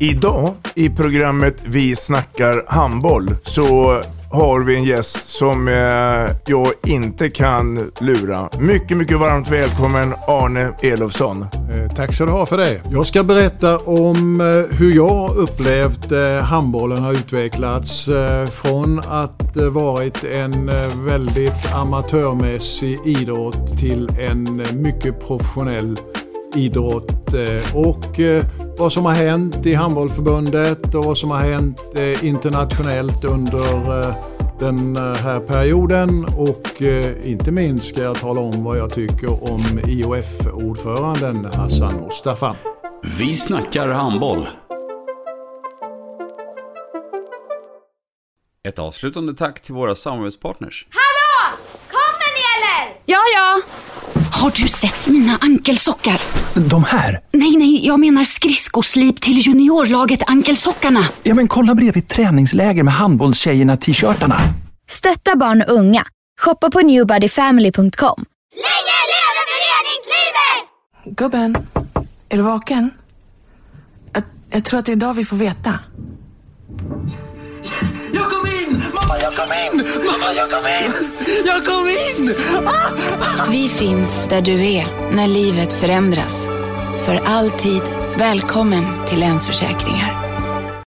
Idag i programmet Vi snackar handboll så har vi en gäst som eh, jag inte kan lura. Mycket, mycket varmt välkommen Arne Elofsson. Eh, Tack ska du ha för det. Jag ska berätta om eh, hur jag upplevt eh, handbollen har utvecklats eh, från att eh, varit en eh, väldigt amatörmässig idrott till en eh, mycket professionell idrott eh, och eh, vad som har hänt i handbollförbundet och vad som har hänt eh, internationellt under eh, den eh, här perioden och eh, inte minst ska jag tala om vad jag tycker om IOF-ordföranden Hassan Mustafa. Vi snackar handboll. Ett avslutande tack till våra samarbetspartners. Hallå! Kommer ni eller? Ja, ja. Har du sett mina ankelsockar? De här? Nej, nej, jag menar skridskoslip till juniorlaget Ankelsockarna. Ja, men kolla bredvid träningsläger med handbollstjejerna-t-shirtarna. Stötta barn och unga. Shoppa på newbodyfamily.com. Länge leve föreningslivet! Gubben, är du vaken? Jag, jag tror att det är idag vi får veta. Jag kom in! Mamma, jag kom in! Mamma, jag kom in! Jag kom in! Ah! Vi finns där du är när livet förändras. För alltid välkommen till Länsförsäkringar.